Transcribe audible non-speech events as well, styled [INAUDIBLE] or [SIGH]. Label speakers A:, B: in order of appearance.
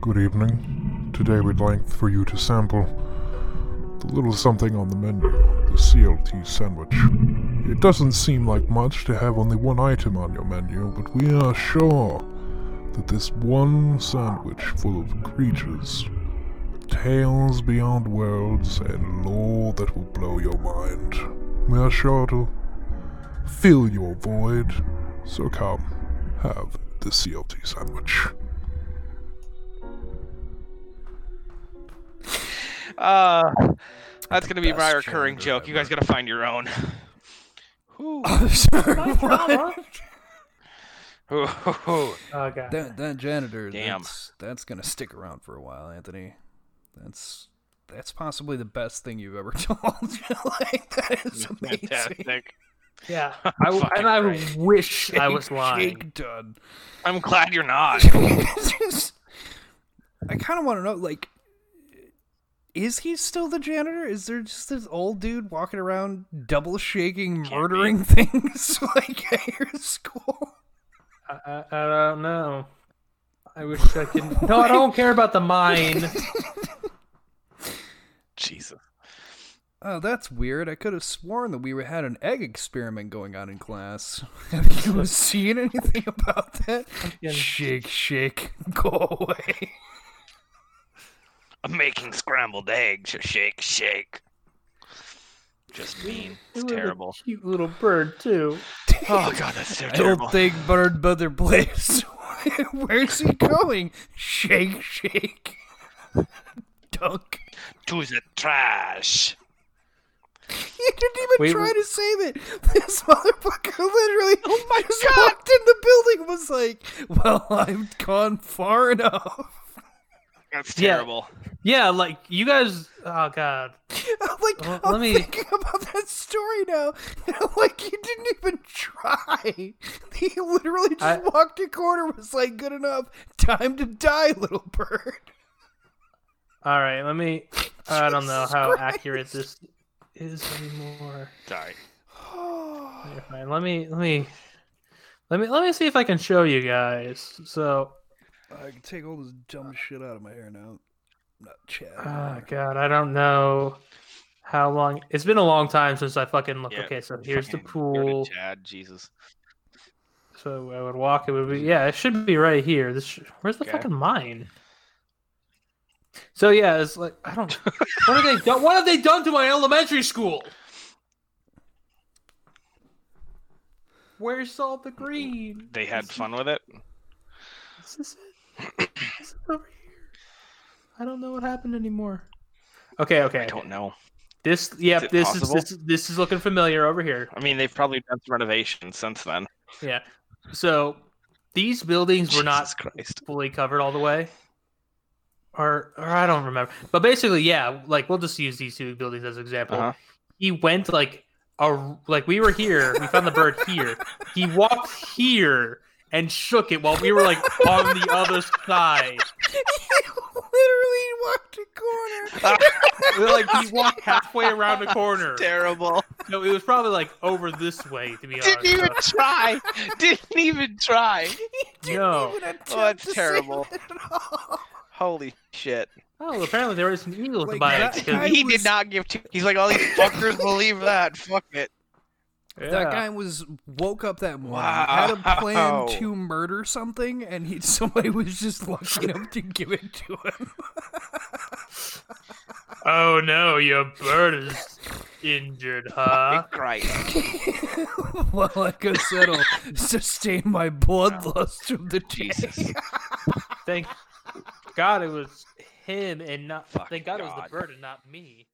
A: Good evening. Today we'd like for you to sample the little something on the menu, the CLT sandwich. It doesn't seem like much to have only one item on your menu, but we are sure that this one sandwich full of creatures, tales beyond worlds, and lore that will blow your mind, we are sure to fill your void. So come, have the CLT sandwich.
B: Uh,
C: [LAUGHS]
B: that's gonna be my
D: best
B: recurring
D: janitor
B: joke. You guys
D: ever.
B: gotta find your own. [LAUGHS] Ooh, [LAUGHS] ooh, ooh,
C: [LAUGHS]
B: ooh.
C: Oh god.
D: [LAUGHS] that, that janitor,
B: Damn.
D: that's that's gonna stick around for a while, Anthony. That's that's possibly the best thing you've ever [LAUGHS] told. like that is amazing.
B: Fantastic.
C: Yeah. I w-
B: Fucking
C: and I
B: great.
C: wish I was
D: Shake,
C: lying.
B: [LAUGHS]
D: shake, done.
B: I'm glad you're
C: [LAUGHS]
B: not.
D: [LAUGHS] Just- I kind of want to know, like, is he still the janitor? Is there just this old dude walking around double shaking,
B: be.
D: murdering [LAUGHS] things like at your school?
C: I, I, I don't know. I wish I could. No, I don't care about the mine.
B: Jesus.
D: Oh, that's weird. I could have sworn that we were- had an egg experiment going on in class. [LAUGHS] Have you seen anything about that?
C: Yeah.
D: Shake, shake, [LAUGHS] go away.
B: I'm making scrambled eggs. Shake, shake. Just mean. It's
C: It was a
B: terrible.
C: cute little bird too.
B: [LAUGHS] Oh god, that's
C: [LAUGHS]
B: so
D: I don't
B: terrible.
D: think Bird Mother plays. [LAUGHS] Where's he going? Shake, shake. Dunk.
B: To the trash.
D: He didn't even
C: Wait,
D: try
C: wh-
D: to save it. This motherfucker literally oh my just walked in the building and was like, well, I've gone far enough.
B: That's
C: Yeah.
B: terrible.
C: Yeah, like you guys. Oh god.
D: I'm [LAUGHS] like,
C: Well,
D: I'm
C: let me-
D: thinking about that story now. [LAUGHS] And I'm like, you didn't even try. [LAUGHS] He literally just
C: I-
D: walked a corner, was like, good enough. Time to die, little bird. [LAUGHS]
C: All right, let me. I don't know
D: Jesus
C: how
D: Christ.
C: accurate this is anymore.
B: Sorry.
C: Here, fine, Let me. Let me. Let me. Let me see if I can show you guys. So.
D: I can take all this dumb shit out of my hair now. I'm not chatting. [LAUGHS]
C: Oh god, I don't know how long. It's been a long time since I fucking looked.
B: Yeah,
C: okay, so here's the
B: Fucking go to
C: pool.
B: Chad, Jesus.
C: So I would walk. It would be yeah. It should be right here. This sh- where's the
B: Okay.
C: fucking mine? So yeah, it's like I don't. what have they done? What have they done to my elementary school? Where's all the green?
B: They had fun with it.
C: Is this it? Is it over here? I don't know what happened anymore. Okay, okay.
B: I don't know.
C: This yep.
B: it
C: this
B: possible?
C: is this this is looking familiar over here.
B: I mean, they've probably done some renovations since then.
C: Yeah. So these buildings were not
B: Jesus Christ.
C: fully covered all the way. Or, or I don't remember. But basically, yeah, like we'll just use these two buildings as an example.
B: Uh-huh.
C: He went like a like we were here, we found the bird here. He walked here and shook it while we were like on the other side.
D: literally walked a corner.
B: [LAUGHS]
C: Like he walked halfway around the corner.
B: Terrible.
C: No, it was probably like over this way to be honest.
B: Didn't even try. [LAUGHS] Didn't even try.
D: Didn't
C: No.
D: even attempt
B: Oh, that's
D: to save
B: terrible.
D: it at all.
B: Holy shit.
C: Oh, apparently there was an eagle
D: Like,
C: to buy
D: that
C: it.
D: guy- I
C: because-
B: he
D: was-
B: did not give two. He's like, all these fuckers believe that. Fuck it.
C: Yeah.
D: That guy was woke up that morning,
B: Wow.
D: had a plan to murder something, and he [LAUGHS] somebody was just lucky enough to give it to him. [LAUGHS]
C: Oh no, your bird is injured, huh?
B: Christ.
D: well, I guess
B: [LAUGHS]
D: that'll sustain my bloodlust of the day.
B: Jesus.
C: Thank God it was him and not.
B: Fuck
C: thank God, it was
B: God.
C: the bird and not me.